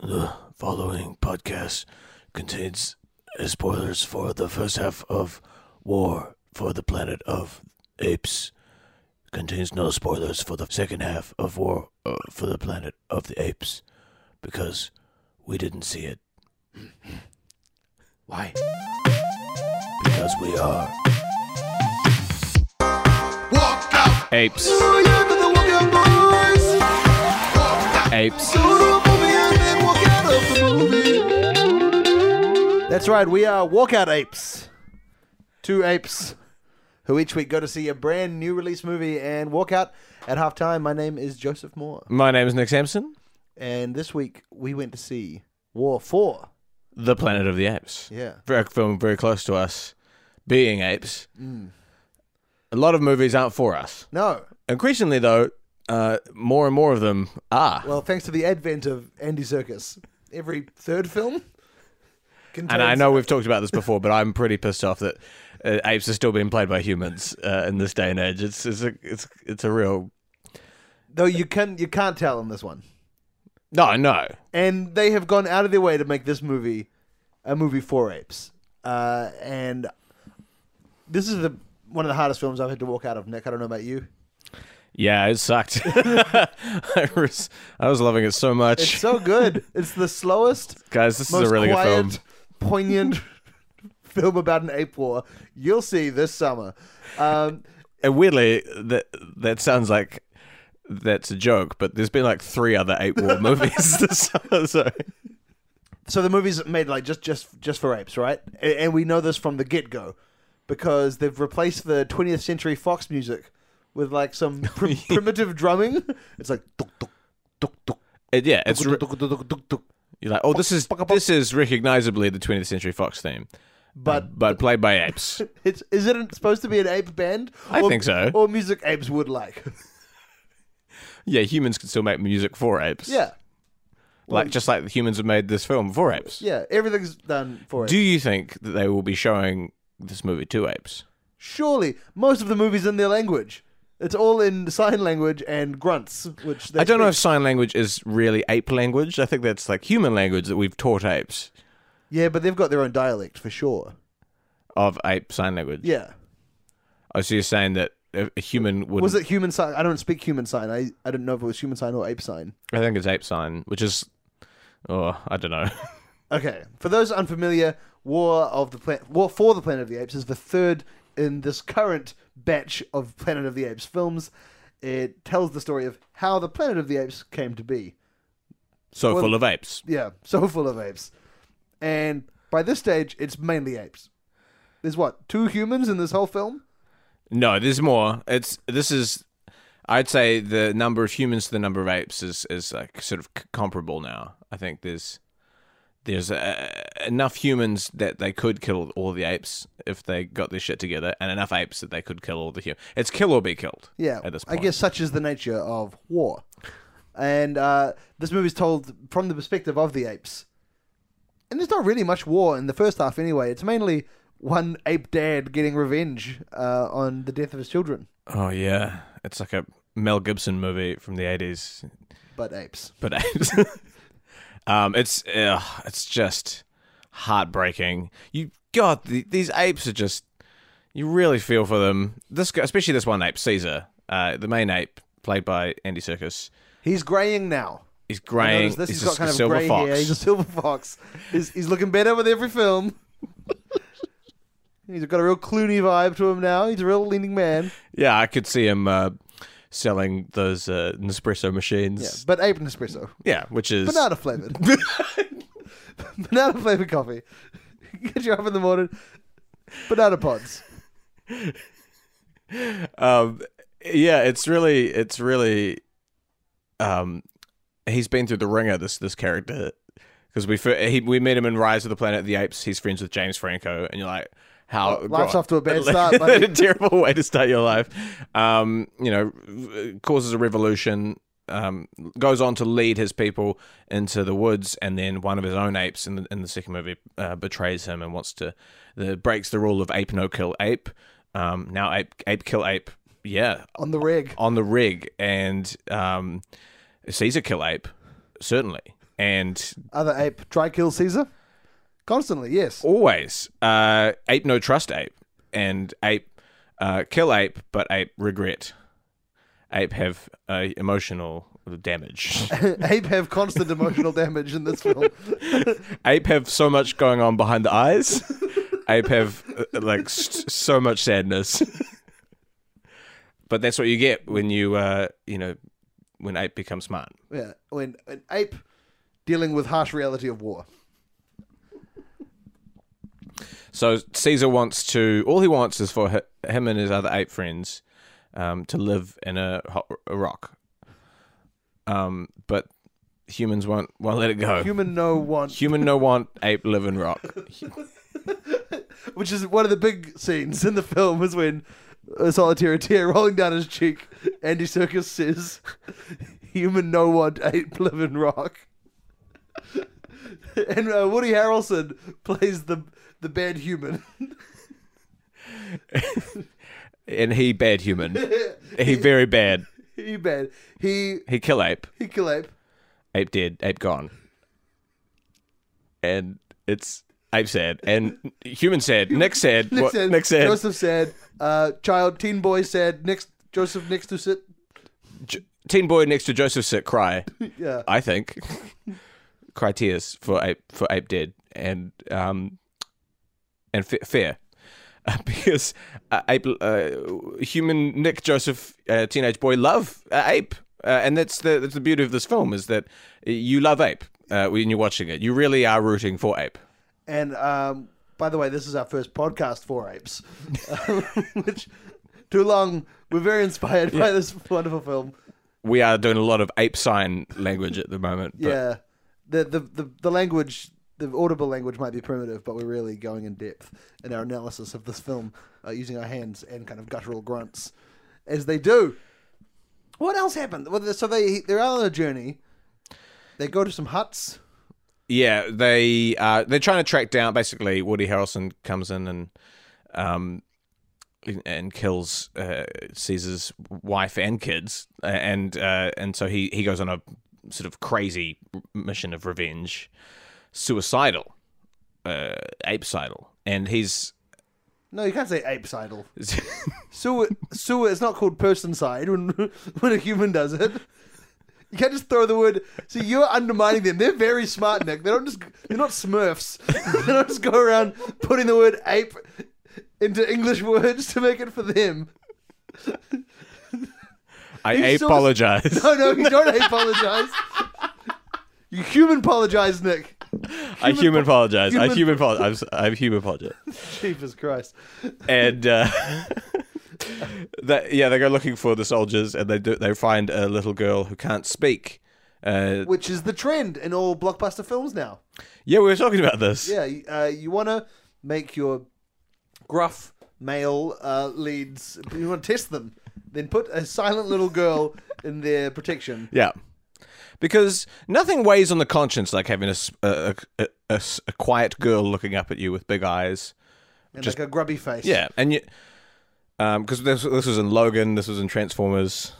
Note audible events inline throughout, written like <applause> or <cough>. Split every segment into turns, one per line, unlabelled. The following podcast contains spoilers for the first half of War for the Planet of Apes. Contains no spoilers for the second half of War uh, for the Planet of the Apes because we didn't see it
Why?
because we are
Apes. Apes.
That's right, we are Walkout Apes. Two apes who each week go to see a brand new release movie and walk out at halftime. My name is Joseph Moore.
My name is Nick Sampson.
And this week we went to see War 4.
The Planet of the Apes.
Yeah.
Very film very close to us, being apes. A lot of movies aren't for us.
No.
Increasingly, though, uh, more and more of them are.
Well, thanks to the advent of Andy Serkis, every third film contains.
and I know we've talked about this before, but I'm pretty pissed off that uh, apes are still being played by humans uh, in this day and age. It's it's a it's it's a real
Though you, can, you can't tell in this one.
no no.
and they have gone out of their way to make this movie a movie for apes. Uh, and this is the one of the hardest films I've had to walk out of. Nick, I don't know about you.
Yeah, it sucked. <laughs> I was I was loving it so much,
It's
<laughs>
so good. it's the slowest,
guys. This
most
is a really
quiet,
good film. <laughs>
poignant film about an ape war you'll see this summer. Um,
And weirdly, that that sounds like that's a joke, but there's been like three other ape
<laughs>
war movies <laughs> this summer. So
so the movie's made like just just just for apes, right? And, and we know this from the get go because they've replaced the 20th century Fox music with like
<laughs>
some prim- primitive drumming. It's like tuk, tuk, tuk, tuk,
it- yeah, it's re-
tuk, tuk, tuk, tuk, tuk, tuk.
you're like, oh, this is this is recognizably the 20th Century Fox theme,
but
but played by apes.
it's is it supposed to be an ape band?
I
Or-
think so.
Or music apes would
<laughs>
like.
Yeah, humans can still make music for apes.
yeah,
like just like the humans have made this film for apes.
yeah. Everything's done for it.
Do you think that they will be showing this movie to apes?
Surely most of the movies in their language. It's all in sign language and grunts, which they
I don't know
speak.
if sign language is really ape language. I think that's like human language that we've taught apes
Yeah, but they've got their own dialect for sure.
of ape sign language.
Yeah.
Oh, so you're saying that a a human would
Was it human sign? I don't speak human sign. I, I don't know if it was human sign or ape sign.
I think it's ape sign, which is, oh, I don't know. <laughs>
Okay, for those unfamiliar, War of the Planet, War for the Planet of the Apes is the third in this current batch of Planet of the Apes films. It tells the story of how the Planet of the Apes came to be.
So
Well-
full of apes.
Yeah, so <laughs> full of apes, and by this stage, it's mainly apes. There's what two humans in this whole film?
No, there's more. It's this is, I'd say the number of humans to the number of apes is is like sort of c- comparable now. I think there's there's uh, enough humans that they could kill all the apes if they got their shit together, and enough apes that they could kill all the humans. It's kill or be killed.
Yeah,
at this
I
point,
guess such is the nature of war. And uh, this movie's told from the perspective of the apes. And there's not really much war in the first half, anyway. It's mainly one ape dad getting revenge uh, on the death of his children,
Oh yeah, it's like a Mel Gibson movie from the eighties.
but apes.
but <laughs> um, it's ugh, it's just heartbreaking. You God, the, these apes are just you really feel for them. This guy, especially this one ape, Caesar, uh, the main ape played by Andy Circus,
He's graying now.
is
I
graying.
noticed this.
he's
He's
just
got kind
a
of
silver
gray
fox.
hair. He's a silver fox. He's, he's looking better with every film. <laughs> he's got a real Clooney vibe to him now. He's a real leaning man.
yeah, I could see him uh, selling those uh, Nespresso
Yeah,
machines.
but ape Nespresso.
Yeah, which is
banana flavored. banana flavored coffee. <laughs> Get you up in the morning. Banana pods.
um, yeah, it's really, it's really, um, he's been through the ringer. This this character because we fir- he, we met him in Rise of the Planet of the Apes. He's friends with James Franco, and you're like, how
Life's off to a
<laughs>
bad
Like,
start, buddy.
a terrible way to start your life. Um, you know, causes a revolution. Um, goes on to lead his people into the woods, and then one of his own apes in the, in the second movie uh, betrays him and wants to the, breaks the rule of ape no kill ape. Um, now ape ape kill ape. Yeah,
on the reg.
on the rig, and um, Caesar kill ape certainly. and
Other ape try kill Caesar? Constantly, yes. <laughs>
always uh, ape no trust ape and ape uh, kill ape but ape regret ape have uh, emotional damage <laughs>
ape have constant emotional damage in this film.
ape have so much going on behind the eyes ape have uh, like st- so much sadness but that's what you get when you uh, you know when ape becomes smart
Yeah, when an ape dealing with harsh reality of war.
So Caesar wants to. All he wants is for hi- him and his other ape friends um, to live in a, ho- a rock. Um, but humans won't won't let it go.
Human no want,
Human no want ape live in rock.
which is one of the big scenes in the film, is when a solitary tear rolling down his cheek. Andy Circus says, "Human no want, ape live in rock." <laughs> and uh, Woody Harrelson plays the the bad human. <laughs>
and he bad human. He very bad.
he bad. He
He kill ape.
he kill ape.
Ape dead. Ape gone. And it's ape sad and human sad. Nick sad.
Nick
What-
said.
Nick sad.
Joseph said. Uh, child, teen boy said. Next, Joseph next to sit.
J- teen boy next to Joseph sit cry.
Yeah.
I think. <laughs> Cry tears for ape for ape dead and um and fe- fear <laughs> because uh, ape uh, human Nick Joseph uh, teenage boy love uh, ape uh, and that's the that's the beauty of this film is that you love ape uh, when you're watching it you really are rooting for ape
And um, by the way, this is our first podcast for apes, <laughs> which too long. We're very inspired by this wonderful film.
we are doing a lot of ape sign language at the moment but
Yeah, the, the the the language, the audible language, might be primitive, but we're really going in depth in our analysis of this film uh, using our hands and kind of guttural grunts, as they do. What else happened? Well, so they they're on a journey. They go to some huts.
Yeah, they uh, they're trying to track down. Basically, Woody Harrelson comes in and um and kills uh, Caesar's wife and kids, Uh, and uh, and so he he goes on a sort of crazy mission of revenge, suicidal, uh, apecidal, and he's <laughs>
No, you can't say ape sidle. Sewer, sewer. It's not called person side when <laughs> when a human does it. You can't just throw the word. See, you're undermining them. They're very smart, Nick. They don't just. They're not Smurfs. <laughs> they don't just go around putting the word ape into English words to make it for them.
I
He's so-
apologize.
<laughs> No, no, you don't apologize. You human apologize, Nick.
I human apologize. I
human-
human apologize. I'm, I'm human apologize.
Jesus Christ.
and uh, <laughs> that yeah, they go looking for the soldiers, and they do they find a little girl who can't speak. Uh,
Which is the trend in all blockbuster films now.
yeah, we were talking about this.
Yeah, you- uh, you want to make your gruff male uh, leads. You want to test them, then put a silent little girl in their protection.
Yeah. Because nothing weighs on the conscience like having a, s- a- a- a- a- a quiet girl looking up at you with big eyes.
And
Just-
like a grubby face.
Yeah, and you, because this this was in Logan, this was in Transformers,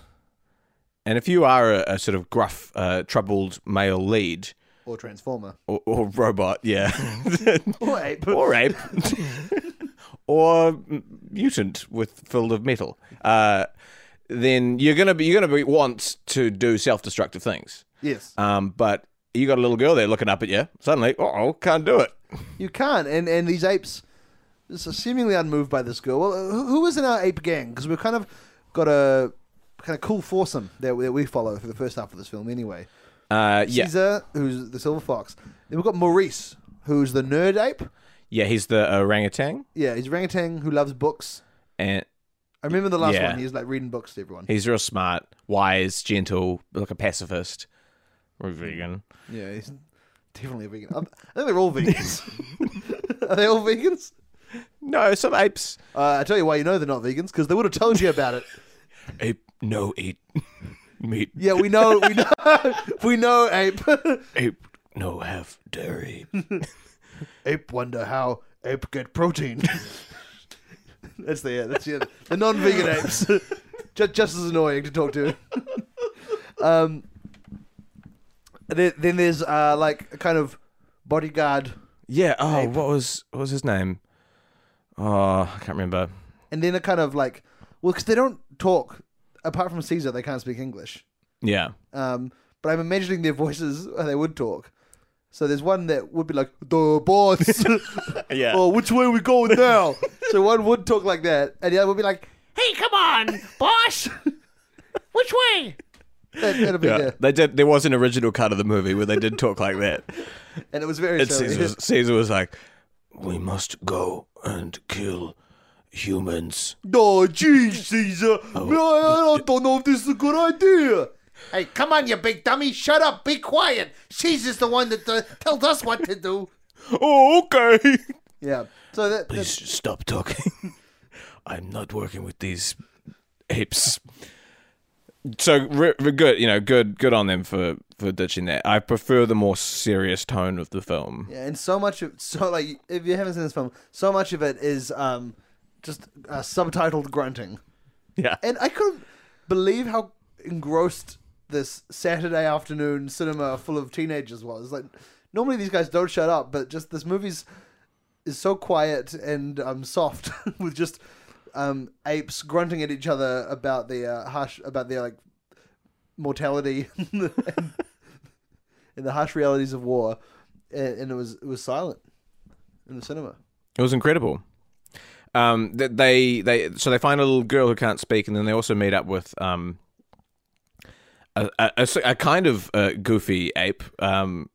and if you are a, a sort of gruff, uh, troubled male lead
Or transformer.
or, or robot, yeah, <laughs>
Or ape.
or ape, or m- mutant with filled of metal, uh, then you're gonna be you're gonna be want to do self destructive things.
yes.
Um, but you got a little girl there looking up at you. Suddenly, oh, can't do it.
You can't. And, and these apes are seemingly unmoved by this girl. Well, uh, who, who is in our ape gang? Because we've kind of got a kind of cool foursome that we, that we follow for the first half of this film anyway.
Uh, yeah,
Caesar, who's the silver fox. Then we've got Maurice, who's the nerd ape.
yeah, he's the orangutan,
Yeah, he's a orangutan who loves books.
and
I remember the last
Yeah.
one. He was like reading books to everyone.
he's real smart, wise, gentle, like a pacifist. Or vegan.
Yeah, he's definitely a vegan. I'm- I think they're all vegans. Are they all vegans?
No, Oh, some apes.
Uh, I tell you why you know they're not vegans because they would have told you about it.
Ape, no eat <laughs> meat.
Yeah, we know, we know, <laughs> we know. Ape, <laughs>
Ape no have dairy.
ape wonder how ape get protein. <laughs> that's the yeah, that's the, the non-vegan apes. <laughs> just, just as annoying to talk to. um, Then, then there's uh, like a kind of bodyguard,
Yeah. Oh, what was what was his name? Oh, I can't remember.
and then a kind of like, well, because they don't talk apart from Caesar, they can't speak English.
Yeah.
Um, but I'm imagining their <laughs> voices uh, they would talk. So there's one that would be like the boss.
<laughs>
<laughs>
Yeah.
oh, which way we going now? so one would talk like that, and the other would be like,
Hey, come on, boss. <laughs> Which way?
that, "That'll be there."
They did. There was an original cut of the movie where they did talk like <laughs> that.
And it was very.
And
silly. <laughs>
Caesar was, Caesar was like,
We must go and kill humans.
Oh, geez, Caesar.
Oh.
I don't know if this is a good idea.
Hey, come on, you big dummy. Shut up. Be quiet. Caesar's the one that uh, tells us what to do.
"Oh, okay."
Yeah. So that,
Please stop
<laughs>
talking. I'm not working with these.
Apes. So re- re- good, you know, good, good on them for for ditching that. I prefer the more serious tone of the film.
Yeah, and so much of so like if you haven't seen this film, so much of it is um just uh, subtitled grunting,
Yeah.
and I couldn't believe how engrossed this Saturday afternoon cinema full of teenagers was. Like, normally these guys don't shut up, but just this movie's is so quiet and um soft <laughs> with just um apes grunting at each other about the uh, harsh about their like mortality <laughs> and, the harsh realities of war, and, and it was it was silent in the cinema.
It was incredible. Um, th- they they so they find a little girl who can't speak, and then they also meet up with um, a, a- a s- a kind of uh, goofy ape. Um,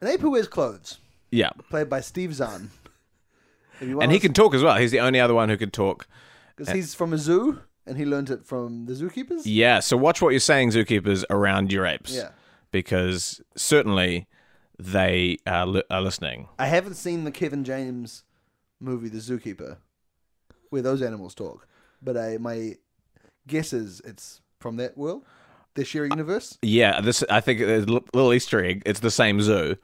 An ape who wears clothes,
yeah,
played by Steve Zahn. If you
and he
wanna-
can talk as well. He's the only other one who could talk.
because he's from a zoo and he learned it from the zookeepers.
Yeah, so watch what you're saying, zookeepers, around your apes.
Yeah.
because certainly they are, li- are listening.
I haven't seen the Kevin James movie, The Zookeeper, where those animals talk, but I my guess is it's from that world, the sheer universe.
Yeah, this I think a li- little Easter egg. It's the same zoo.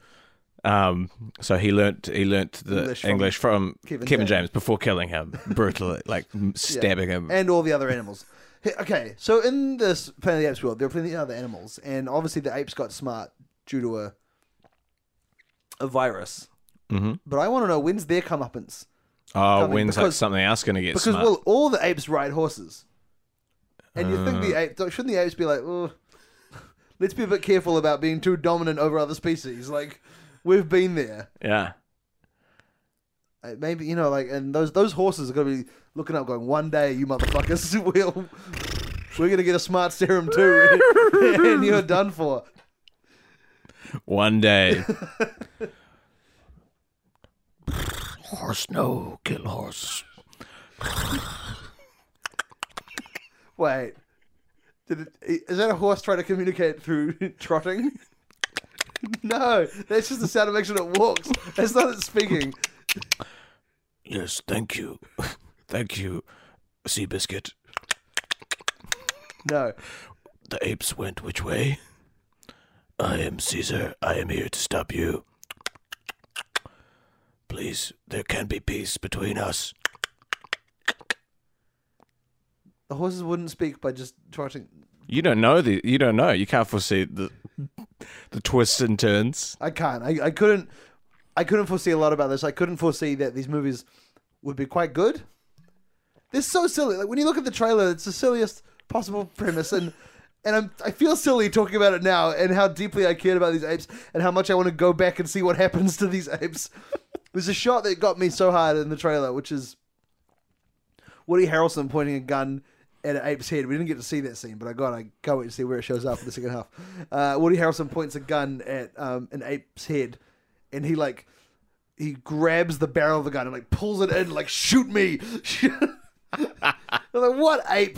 Um, so he learnt he learnt the
English
English
from
from,
Kevin
Kevin,
James.
James. before
<laughs>
killing him brutally, like m- stabbing him.
and all the other animals. Hey, Okay, so in this Planet of the Apes world, there are plenty of other animals, and obviously the apes got smart due to a a virus. Mm-hmm. But I want to know when's their comeuppance
oh,
coming
when's like
because-
something else going to get
because
smart?
well, all the apes ride horses, and you think
Uh.
the ape shouldn't the apes be like, oh, let's be a bit careful about being too dominant over other species. Like we've been there.
yeah,
Uh, Maybe you know, like, and those those horses are gonna be looking up, going, "One day, you motherfuckers, <laughs> we'll we're gonna get a smart serum too, <laughs> and, and you're done for."
one day.
Horse, no, kill horse.
Wait, did it, is that a horse trying to communicate through <laughs> trotting? No, that's just the sound of action it walks. That's not it speaking.
Yes, thank you. <laughs> thank you, Seabiscuit.
No,
The apes went which way? I am Caesar. I am here to stop you. Please, there can be peace between us.
the horses wouldn't speak by just trotting.
you don't know the. You don't know. You can't foresee the the twists and turns.
I can't. I, I couldn't. I couldn't foresee a lot about this. I couldn't foresee that these movies would be quite good. They're so silly. Like when you look at the trailer, it's the silliest possible premise, and <laughs> and I'm I feel silly talking about it now, and how deeply I cared about these apes, and how much I want to go back and see what happens to these <laughs> apes. There's a shot that got me so hard in the trailer, which is Woody Harrelson pointing a gun at an ape's head. We didn't get to see that scene, but I got I can't wait to see where it shows up in the second half. Uh, Woody Harrelson points a gun at um, an ape's head, and he like he grabs the barrel of the gun and like pulls it in, like shoot me. I'm like, what ape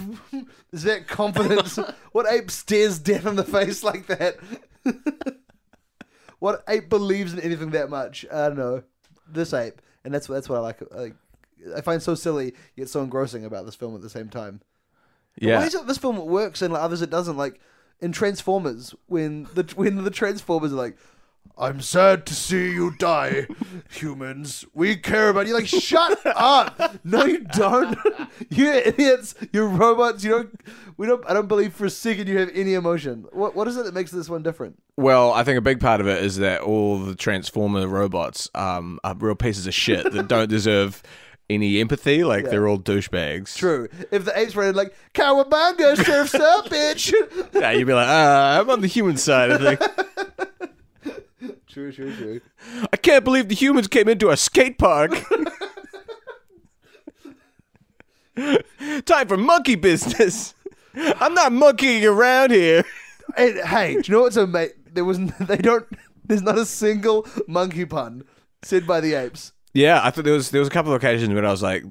is that confidence? what ape stares death in the face like that? what ape believes in anything that much? I don't know. This ape, and that's that's what I like. like I find so silly yet so engrossing about this film at the same time.
Yeah,
Why is it this film <laughs> works and like, others it doesn't? Like in Transformers, when the when the Transformers are like, I'm sad to see you <laughs> die, humans. We care about you. Like, <laughs> shut up. No, you don't. <laughs> you idiots. You're robots. You don't. We don't. I don't believe for a second you have any emotion. What What is it that makes this one different?
Well, I think a big part of it is that all the Transformer robots um, are real pieces of shit that don't deserve any empathy. Like they're all douchebags.
True. If the apes were like Cowabunga, surfs up, bitch.
Yeah, you'd be like, uh, I'm on the human side. I think
<laughs> true. True. True.
I can't believe the humans came into a skate park. <laughs> Time for monkey business. I'm not monkeying around here.
And, hey, do you know what's amazing? There was. n- <laughs> They don't. There's not a single monkey pun said by the apes.
Yeah, I thought there was there was a couple of occasions when I was like,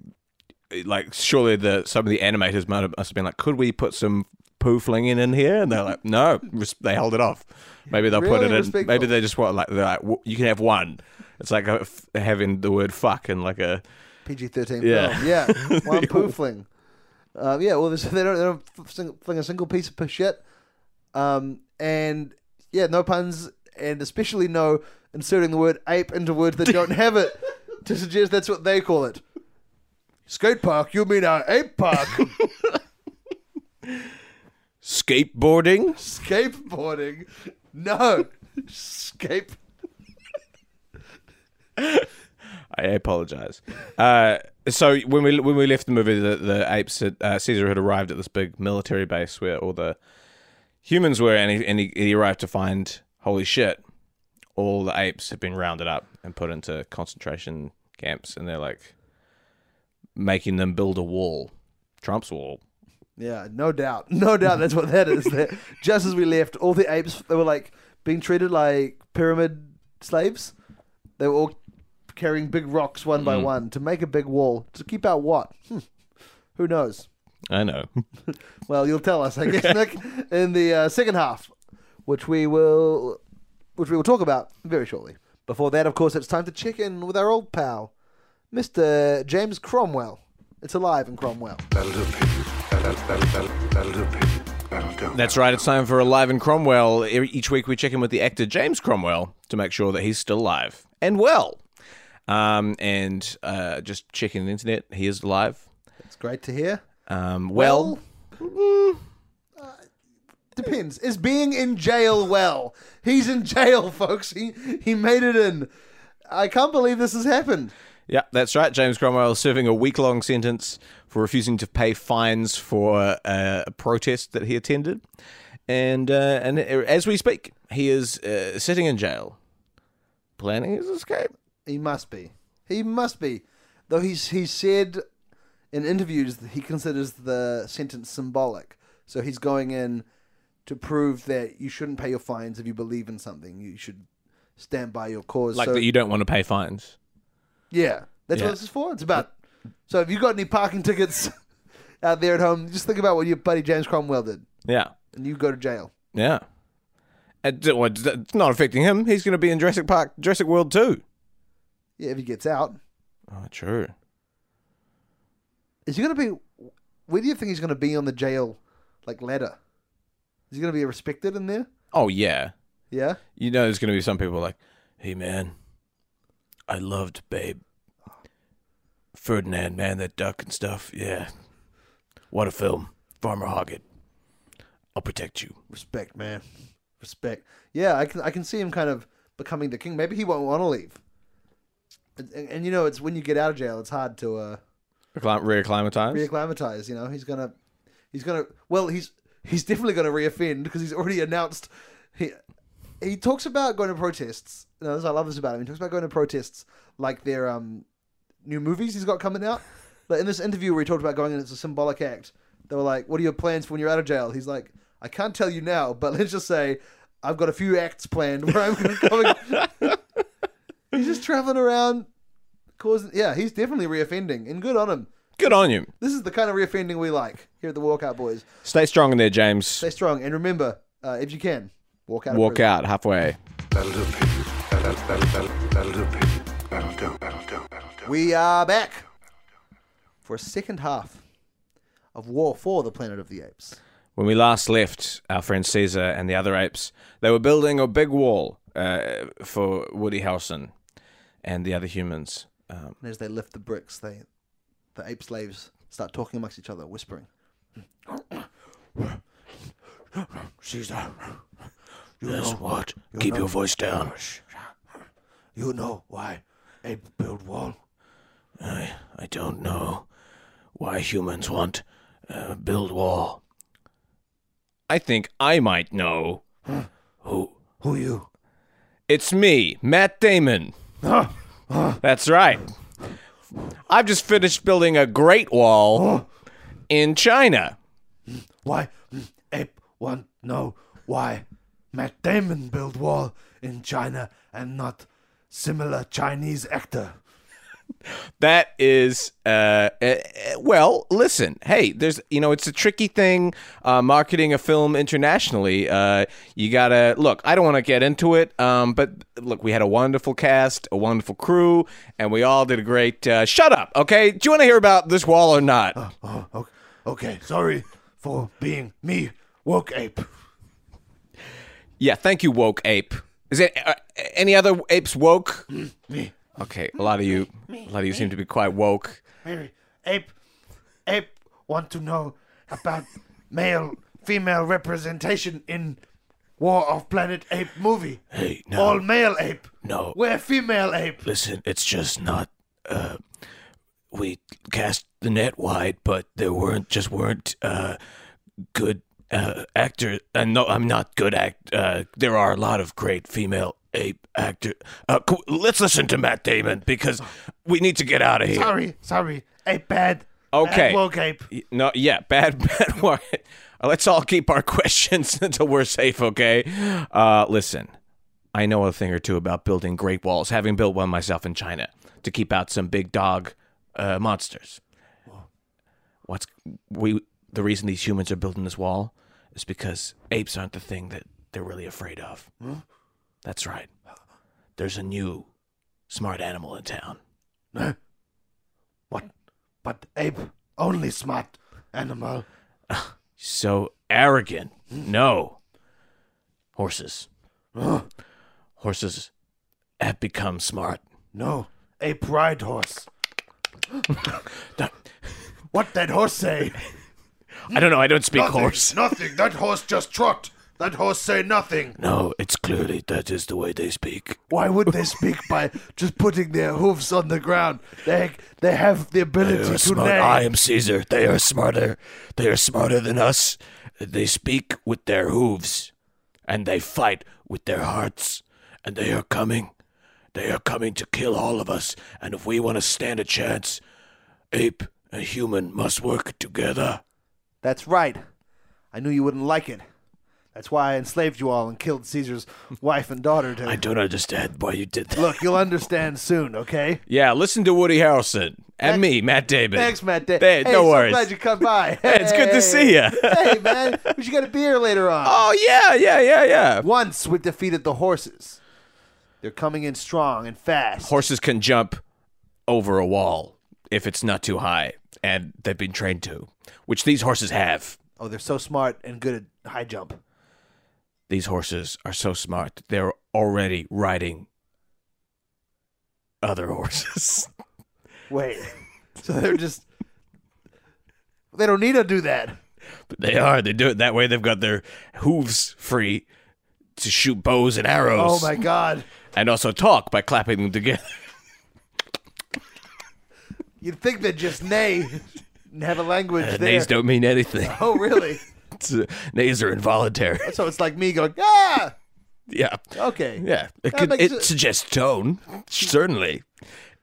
like surely the some of the animators might have, must have been like, could we put some poo flinging in here? And they're like, no, res- they hold it off. Maybe they'll put
Really
it in.
respectful.
Maybe they just want like they're like w- you can have one. It's like a f having the word fuck and like a
PG thirteen.
Yeah.
film. yeah. One poofling. Um, yeah, well, this- <laughs> they don't, they don't f- sing- fling a single piece of shit, um, and yeah, no puns, and especially no inserting the word ape into words that don't have it to suggest that's what they call it. Skate park? You mean our ape park?
skateboarding.
Skateboarding? No, scape.
I apologize. Uh, so when we when we left the movie, the, the apes had, uh, Caesar had arrived at this big military base where all the humans were, and he, and he, he arrived to find holy shit, all the apes had been rounded up and put into concentration camps, and they're like making them build a wall, Trump's wall.
Yeah, no doubt. <laughs> No doubt that's what that is. That just as we left, all the apes they were like being treated like pyramid slaves. They were all carrying big rocks one by one to make a big wall. To keep out what? Hmm. Who knows?
I know.
Well, you'll tell us, I guess, Nick, in the uh, second half, which we will which we will talk about very shortly. Before that, of course, it's time to check in with our old pal, Mr. James Cromwell. It's alive in Cromwell.
That'll do, Pete. That'll, that'll, that'll, that'll do, Pete. That'll do.
That's right. It's time for Alive in Cromwell. E- Each week we check in with the actor James Cromwell to make sure that he's still alive and well. Um, and uh, just checking the internet, he is alive.
It's great to hear.
Um, well,
Depends. Is being in jail well? He's in jail, <laughs> folks. He he made it in. I can't believe this has happened.
yeah, that's right. James Cromwell is serving a week long sentence for refusing to pay fines for uh, a protest that he attended. And uh, and as we speak, he is uh, sitting in jail, planning his escape.
He must be. He must be. Though he's he said in interviews that he considers the sentence symbolic. So he's going in to prove that you shouldn't pay your fines if you believe in something. You should stand by your cause.
Like
so,
that, you don't want to pay fines.
Yeah, that's
Yeah.
what this is for. It's about. So if you got any parking tickets <laughs> out there at home, just think about what your buddy James Cromwell did,
Yeah.
and you go to jail.
Yeah. It- well, It's it's not affecting him. He's going to be in Jurassic Park, Jurassic World too.
Yeah, if he gets out.
Oh, true.
Is he going to be? Where do you think he's going to be on the jail, like ladder? Is he going to be respected in there?
Oh, yeah.
Yeah.
You know, there's going to be some people like,
Hey, man. I loved Babe. Ferdinand, man, that duck and stuff. Yeah. What a film. Farmer Hoggett. I'll protect you.
Respect, man. Respect. Yeah, I can. I can see him kind of becoming the king. Maybe he won't want to leave. And, and, and, you know, it's when you get out of jail, it's hard to uh,
"Acclim- reacclimatize.
reacclimatize. You know, he's gonna, he's gonna. Well, he's he's definitely gonna reoffend because he's already announced. He he talks about going to protests. You know, this I love this about him. He talks about going to protests like their um new movies he's got coming out. Like in this interview where he talked about going and it's a symbolic act. They were like, "What are your plans for when you're out of jail?" He's like, "I can't tell you now, but let's just say." I've got a few acts planned where I'm going. <laughs> he's just traveling around, causing. Yeah, he's definitely reoffending, and good on him.
Good on you.
This is the kind of reoffending we like here at the Walkout Boys.
Stay strong in there, James.
Stay strong and remember, uh, if you can, walk out. of
Walk
prison.
out halfway.
That'll do, Pete. That'll, that'll, that'll, that'll do, Pete. That'll do. That'll do. That'll do.
We are back for a second half of War for the Planet of the Apes.
When we last left our friend Caesar and the other apes, they were building a big wall uh, for Woody Harrelson and the other humans. Um,
And as they lift the bricks, they the ape slaves start talking amongst each other, whispering.
She's That's what. Keep your voice down.
You know why ape build wall?
I, I don't know why humans want uh, build wall.
I think I might know.
Who?
Who you?
It's me, Matt Damon. That's right. I've just finished building a great wall in China.
Why Hmm, ape one know why Matt Damon build wall in China and not similar Chinese actor?
That is, uh, uh, uh, well, listen, hey, there's, you know, it's a tricky thing uh, marketing a film internationally. Uh, you gotta look. I don't want to get into it, um, but look, we had a wonderful cast, a wonderful crew, and we all did a great. Uh, shut up, okay? Do you want to hear about this wall or not?
Oh, okay, okay, sorry for being me, woke ape.
Yeah, thank you, woke ape. Is it uh, any other apes woke?
Me,
Okay, a lot of you, a lot of you seem to be quite woke.
Mary, ape, ape want to know about male, female representation in War of Planet Ape movie.
Hey, no.
All male ape.
no.
We're female ape.
Listen, it's just not. Uh, we cast the net wide, but there weren't just weren't uh, good uh, actors. Uh, no, I'm not good act. Uh, there are a lot of great female ape actor. Uh, co- let's listen to Matt Damon because we need to get out of here.
Sorry, sorry, ape bad.
Okay.
Bad woke ape.
Y- No, yeah, <laughs> bad, bad word. Let's all keep our <laughs> questions until we're safe, okay? Uh, listen, I know a thing or two about building great walls, having built one myself in China to keep out some big dog uh, monsters. What's we? The reason these humans are building this wall is because apes aren't the thing that they're really afraid of. That's right. There's a new smart animal in town.
What? But ape, only smart animal.
so arrogant. No.
<gasps>
Horses. Horses have become smart.
No, ape
<laughs>
ride horse. what that horse say?
I don't know. I don't speak
Nothing,
<laughs> horse.
Nothing. That horse just trot. That horse say nothing.
No, it's clearly that is the way they speak.
Why would they speak by just putting their hooves on the ground? They they have the
They
ability
are
to
smart. I
name.
am Caesar. They are smarter. They are smarter than us. They speak with their hooves, and they fight with their hearts. And they are coming. They are coming to kill all of us. And if we want to stand a chance, ape and human must work together.
That's right. I knew you wouldn't like it. That's why I enslaved you all and killed Caesar's wife and daughter
I
to
don't understand why you did that.
Look, you'll understand
<laughs>
soon, okay?
Yeah, listen to Woody Harrelson and
Thanks-
me, Matt Damon.
Thanks, Matt. Da-
Hey,
hey,
no
so
worries.
glad you come by.
<laughs> Hey, it's good to see ya. <laughs>
hey, man, we should get a beer later on.
Oh yeah, yeah, yeah, yeah.
Once we've defeated the horses, they're coming in strong and fast.
Horses can jump over a wall if it's not too high, <laughs> and they've been trained to, which these horses have.
oh, they're so smart and good at high jump.
These horses are so smart; that they're already riding other horses.
<laughs>
Wait. So they're just. They don't need to do that.
<laughs> They are. They do it that way. They've got their hooves free to shoot bows and
Oh
arrows,
my god.
and also talk by clapping them together. <laughs>
You'd think they'd just neigh and have a language
Uh,
And
there.
nays don't
<laughs>
mean anything.
oh, really?
It's, uh, nays are involuntary. <laughs>
So it's like me going, ah!
yeah,
Okay.
yeah. It,
That
could,
makes
it
it-
suggests tone. Certainly,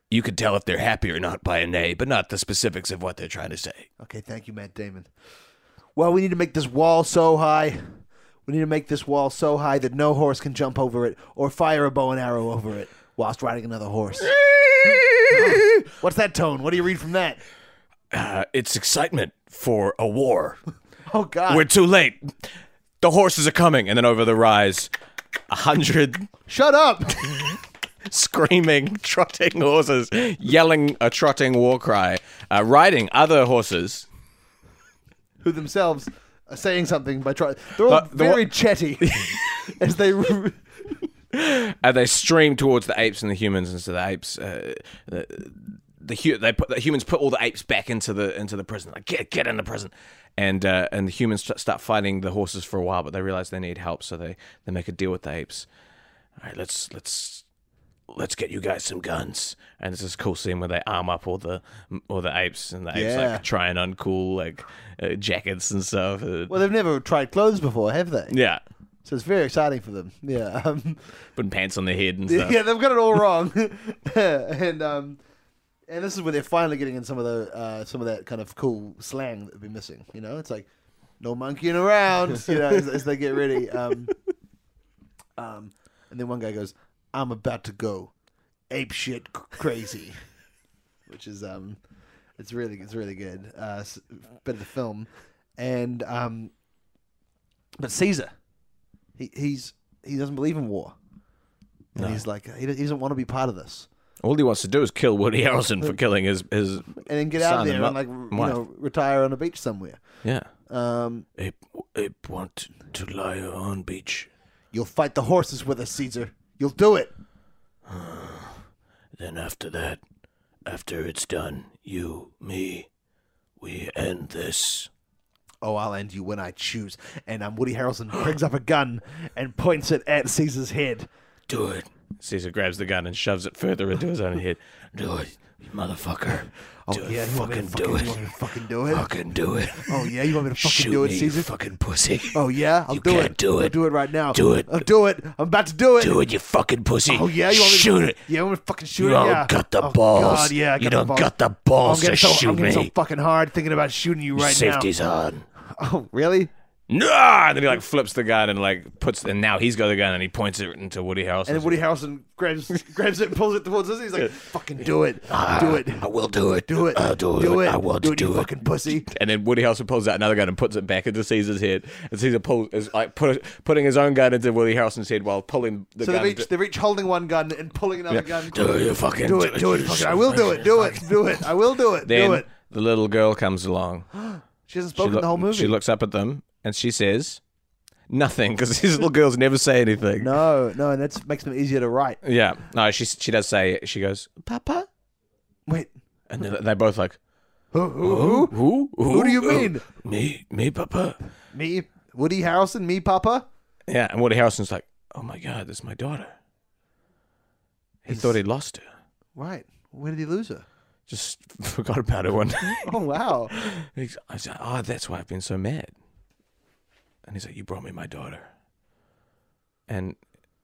you could tell if they're happy or not by a neigh, but not the specifics of what they're trying to say.
Okay, thank you, Matt Damon. Well, we need to make this wall so high. We need to make this wall so high that no horse can jump over it or fire a bow and arrow over it whilst riding another horse. <laughs> What's that tone? What do you read from that?
Uh, it's excitement for
<laughs>
a war.
Oh, God.
We're too late. The horses are coming, and then over the rise, a hundred
Shut up!
screaming, trotting horses, yelling a trotting war cry, uh, riding other horses.
Who themselves
Uh, <laughs>
are saying something by trying. They're all
Uh, the wa-
very chatty as they.
and they stream towards the apes and the humans, and so the apes, uh, the, the hu- they put the humans put all the apes back into the into the prison. Like get get in the prison, and uh, and the humans st- start fighting the horses for a while, but they realize they need help, so they they make a deal with the apes. All right, let's let's let's get you guys some guns. And it's this cool scene where they arm up all the all the apes, and the apes
Yeah.
like trying on cool like uh, jackets and stuff. Uh,
Well, they've never tried clothes before, have they?
yeah,
So it's very exciting for them. Yeah. <laughs> Um,
putting pants on their head and stuff.
yeah, they've got it
<laughs>
all wrong. <laughs> and um, and this is where they're finally getting in some of the uh, some of that kind of cool slang that we've been missing. You know, it's like no monkeying
<laughs>
around. You know, as, as they get ready. Um, um, and then one guy goes, "I'm about to go ape shit c- crazy," <laughs> which is um, it's really it's really good. Uh, s- bit of the film, and um, but Caesar, he he's he doesn't believe in war. And he's like, he he doesn't want to be part of this.
All he wants to do is
<laughs>
kill Woody Harrelson for killing his his
And then get out
Son
of there
and
and like,
wife.
you know, retire on a beach somewhere.
yeah.
Um,
Ape, ape want to lie on beach.
you'll fight the horses with us, Caesar. You'll do it.
Then after that, after it's done, you, me, we end this.
Oh, I'll end you when I choose. And um, Woody Harrelson brings up a gun and points it at Caesar's head.
Do it.
Caesar grabs the gun and shoves it further into his own <laughs> head.
Do it, you motherfucker.
Oh,
do
yeah,
it.
you want me to
Fucking do
You want me
it.
to fucking do it?
Fucking do it.
Oh, yeah, you want me to fucking
Shoot
do it,
me, you
Caesar?
fucking pussy.
Oh, yeah, I'll
You
do
can't
it.
do
I'll
it.
do it right now.
Do it.
I'll do it. I'm about to do it.
Do it, you fucking pussy.
Oh, yeah, you want me to-
shoot it.
Yeah, you want me to fucking shoot
You
it?
don't
yeah.
got the
Oh,
balls.
God, yeah, I
you
got
don't
the balls.
got the
I'm
balls to
getting, so,
shoot
I'm
me.
getting so fucking hard thinking about shooting you right
Safety's on.
now. Oh, really?
No! And then he like flips the gun and like puts and now he's got the gun and he points it into Woody Harrelson.
And then Woody Harrelson grabs <laughs> grabs it and pulls it towards us.
<laughs>
He's like, "Fucking do it, do it,
I will do it.
do it,
I'll do, it. Ah. I will
do
do,
it, you
it.
fucking
<laughs>
pussy."
and then Woody Harrelson pulls out another gun and puts it back into Caesar's head. And Caesar pulls is like put, putting his own gun into Woody Harrelson's head while pulling the
So
gun.
they're each, they're each holding one gun and pulling another gun.
Do it, you fucking
do it, do it, fucking! I will do it, do it, do it. I will do it,
then
do it.
the little girl comes along.
She hasn't
She
spoken
look-
the whole movie. <laughs>
She looks up at them and she says nothing because <laughs> these little girls never say anything.
no, no, and that makes them easier to write.
Yeah, no, she she does say she goes Papa,
Wait,
and they're, they're both like
who, who, who,
who
who do you mean?
Me, me, Papa.
Me, Woody Harrelson, me, Papa.
Yeah, and Woody Harrelson's like, oh my god, that's my daughter. He thought he'd lost her.
Right, where did he lose her?
Just forgot about her one <laughs> day.
Oh wow,
He's- I was like, oh, that's why I've been so mad. And he's like, you brought me my daughter. And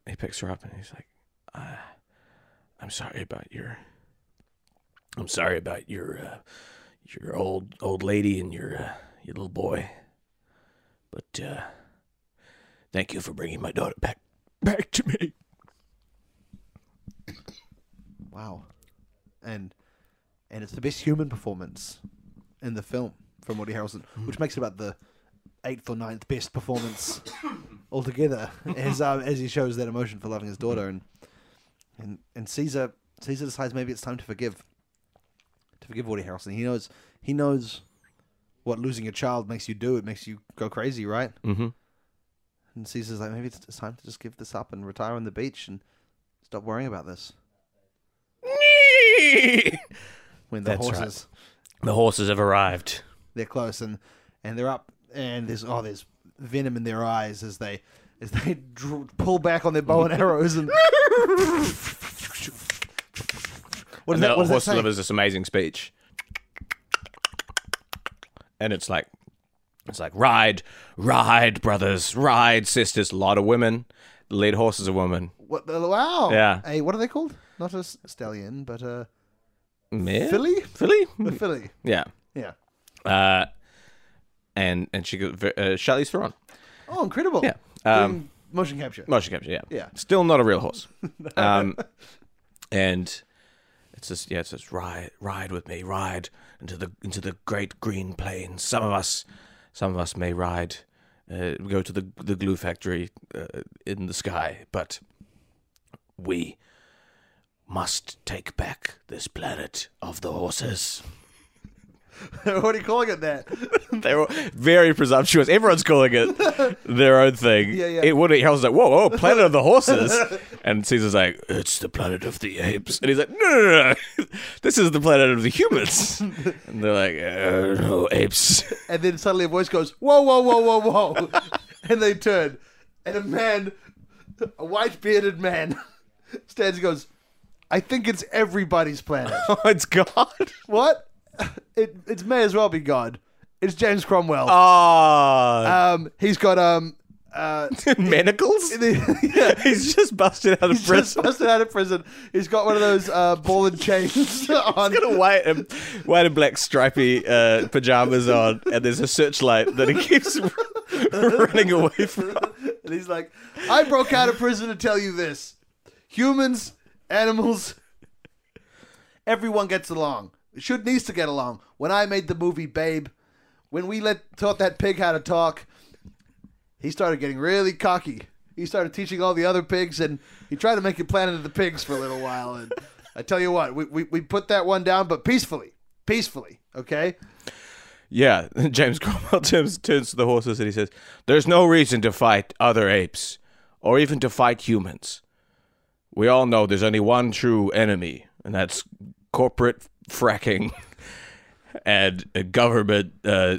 he picks her up and he's like, I, I'm sorry about your, I'm sorry about your, uh, your old old lady and your uh, your little boy.
But uh, thank you for bringing my daughter back, back to me.
wow, and and it's the best human performance in the film from Woody Harrelson, which makes it about the eighth or ninth best performance altogether, as um, as he shows that emotion for loving his daughter, and and and Caesar Caesar decides maybe it's time to forgive to forgive Woody Harrelson. He knows he knows what losing a child makes you do. It makes you go crazy, right?
Mm-hmm.
And Caesar's like, maybe it's it's time to just give this up and retire on the beach and stop worrying about this. When the
That's right.
horses.
The horses have arrived.
they're close and and they're up and there's oh there's venom in their eyes as they as they dr- pull back on their bow and arrows
<laughs>
and what is
and the
that? What does that
horse
say?
delivers this amazing speech, and it's like, it's like ride, ride, brothers, ride, sisters. A lot of women. The lead horse is a woman.
What the, wow.
Yeah.
Hey, what are they called? Not a s- stallion, but a
Mare?
filly.
filly,
A filly.
yeah.
Yeah.
Uh, and and she got uh, Charlize Theron,
Oh, incredible.
Yeah. Um,
Doing motion capture.
motion capture. Yeah,
Yeah.
Still not a
<laughs>
real horse. um, and it's just yeah, it's just ride, ride with me, ride into the into the great green plains. Some of us, some of us may ride, uh, go to the the glue factory uh, in the sky, but
We must take back this planet of the horses.
They're already calling it that.
they were very presumptuous. Everyone's calling
<laughs>
it their own thing.
Yeah, yeah.
It would. I was like, whoa, whoa, Planet of the
<laughs>
Horses, and Caesar's like,
It's the planet of the apes.
and he's like, no, no, no, no. <laughs> this is the Planet of the Humans, and they're like, uh, no, apes.
And then suddenly a voice goes, whoa, whoa, whoa, whoa, whoa. <laughs> and they turn. And a man, a white bearded man, <laughs> stands and goes, I think it's everybody's planet.
oh, it's God. <laughs>
what? <laughs> It, it may as well be God. It's James Cromwell.
Ah,
um, he's got, um, <laughs> uh,
<laughs> manacles.
<laughs> yeah,
<laughs> He's just busted out of
he's just
prison.
busted out of prison. He's got one of those uh, ball and chains <laughs> on.
He's got a <laughs> white and white and black stripy uh, pajamas on, and there's a searchlight that he keeps <laughs> running away from.
and he's like, I broke out of prison to tell you this. Humans, animals, everyone gets along. Should needs to get along. When I made the movie Babe, when we let taught that pig how to talk, he started getting really cocky. He started teaching all the other pigs and he tried to make it Planet of the Pigs for a little while. And I tell you what, we, we, we put that one down, but peacefully. Peacefully, okay?
Yeah, <laughs> James Cromwell turns, turns to the horses and he says, There's no reason to fight other apes, or even to fight humans. We all know there's only one true enemy, and that's corporate fracking <laughs> and uh, government uh,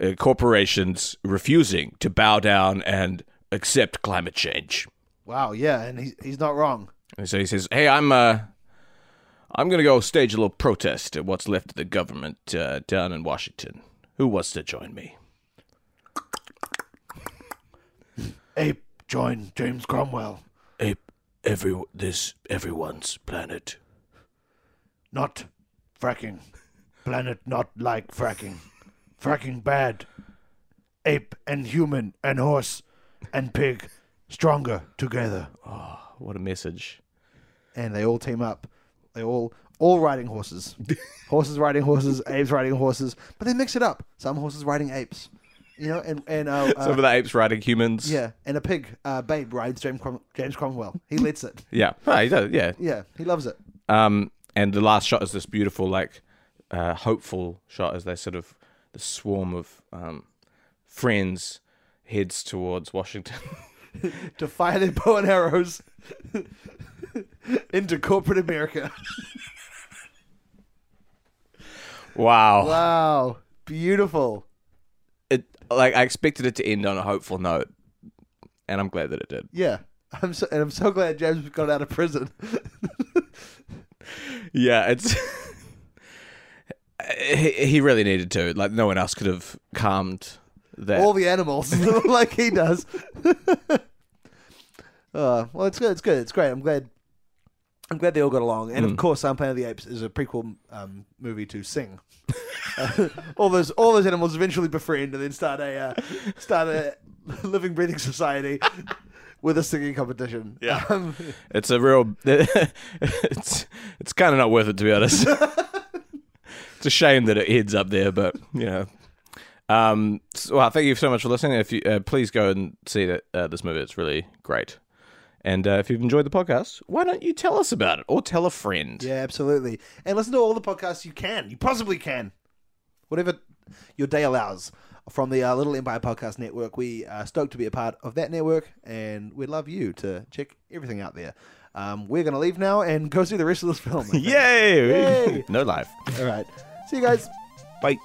uh, corporations refusing to bow down and accept climate change.
Wow, yeah, and he's, he's not wrong.
And so he says, "Hey, I'm uh, I'm gonna go stage a little protest at what's left of the government uh, down in Washington. Who wants to join me?"
Ape, join James Cromwell.
Ape, every this everyone's planet.
Not fracking. Planet not like fracking. Fracking bad. Ape and human and horse and pig stronger together.
What a message!
and they all team up. They all all riding
<laughs>
horses, horses riding horses, apes riding horses, but they mix it up. Some horses riding apes, you know, and and uh, uh,
Some of the apes riding humans.
yeah, and a pig, uh, Babe rides James Crom- James Cromwell. He lets it.
yeah, Ah, he does, yeah.
Yeah, he loves it. <laughs>
Um, and the last shot is this beautiful, like, uh, hopeful shot as they sort of the swarm of um, friends heads towards Washington. <laughs>
To fire their bow and arrows <laughs> into corporate America.
wow.
Wow, beautiful.
It like I expected it to end on a hopeful note, and I'm glad that it did.
Yeah, I'm so and I'm so glad James got out of prison.
Yeah, it's <laughs> he, he really needed to. Like no one else could have calmed that.
all the animals like he does. <laughs> uh, well, it's good. It's good. It's great. I'm glad. I'm glad they all got along. And of course, um, Planet of the Apes is a prequel um, movie to Sing. <laughs> Uh, all those all those animals eventually befriend and then start a uh, start a <laughs> living breathing society <laughs> with a singing competition.
Yeah.
Um,
it's a real. <laughs> it's it's kind of not worth it to be honest. it's a shame that it heads up there, but you know. Um, so, well, thank you so much for listening. If you uh, please go and see that uh, this movie, it's really great. And uh, if you've enjoyed the podcast, why don't you tell us about it or tell a friend?
yeah, absolutely. And listen to all the podcasts you can. You possibly can. whatever your day allows. From the uh, Little Empire Podcast Network, we are stoked to be a part of that network, and we'd love you to check everything out there. Um, we're going to leave now and go see the rest of this film.
Yay!
Yay!
<laughs> no life.
All right. See you guys.
Bye.